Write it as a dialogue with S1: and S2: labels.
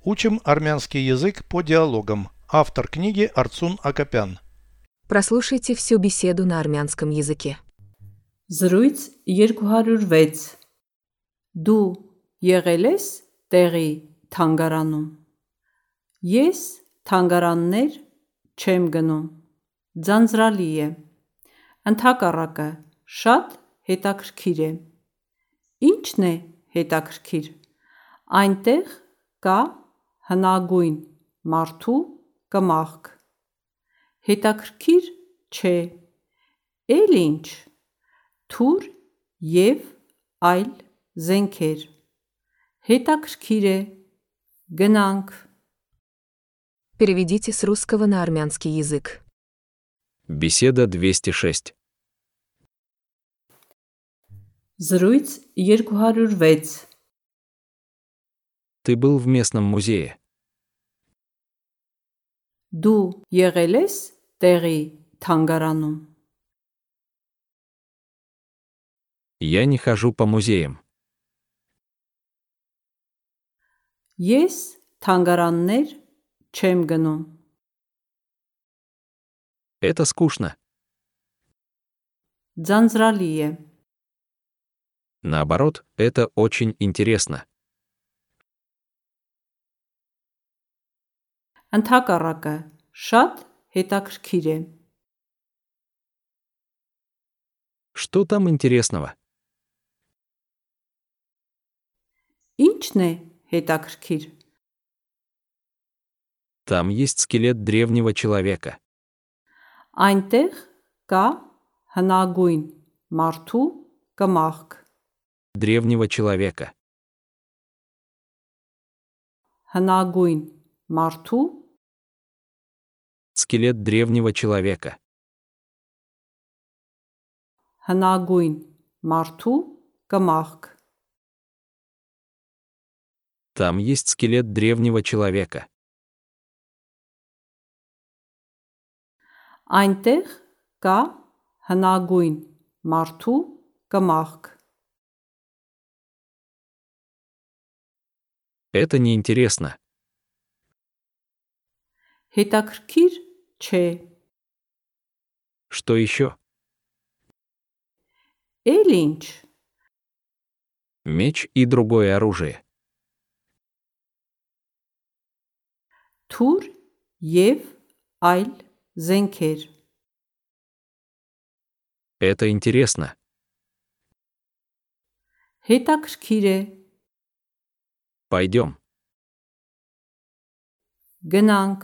S1: Учим армянский язык по диалогам. Автор книги Арцун Акопян.
S2: Прослушайте всю беседу на армянском языке.
S3: Զրույց 206 Դու եղել ես տեղի թանգարանում Ես թանգարաններ չեմ գնում Ձանձրալի է Ընթակառակը շատ հետաքրքիր է Ինչն է հետաքրքիր Այնտեղ կա հնագույն մարդու կմախք Հետաքրքիր չէ Էլ ինչ թուր եւ այլ զենքեր։ Հետաքրքիր է գնանք
S2: Переведите с русского на армянский язык.
S4: Беседа 206.
S3: զրույց 206
S4: Ты был в местном музее.
S3: Դու եղել ես տեղի թանգարանում
S4: Я не хожу по музеям.
S3: Ես թանգարաններ չեմ գնում
S4: Это скучно.
S3: Ձանձրալի է
S4: Наоборот, это очень интересно.
S3: Ընթակառակը շատ հետաքրքիր է
S4: Что там интересного?
S3: Ինչն է հետաքրքիր
S4: Там есть скелет древнего человека.
S3: Այնտեղ կա հնագույն մարդու կմախք
S4: Древнего человека.
S3: հնագույն մարդու
S4: Скелет древнего человека.
S3: հնագույն մարդու կմախք
S4: Там есть скелет древнего человека.
S3: այնտեղ կա հնագույն մարդու կմախք
S4: Это неинтересно.
S3: հետաքրքիր չէ
S4: Что еще?
S3: էլ ինչ
S4: Меч и другое оружие.
S3: թուր եւ այլ զենքեր
S4: Это интересно.
S3: հետաքրքիր է
S4: Пойдем.
S3: գնանք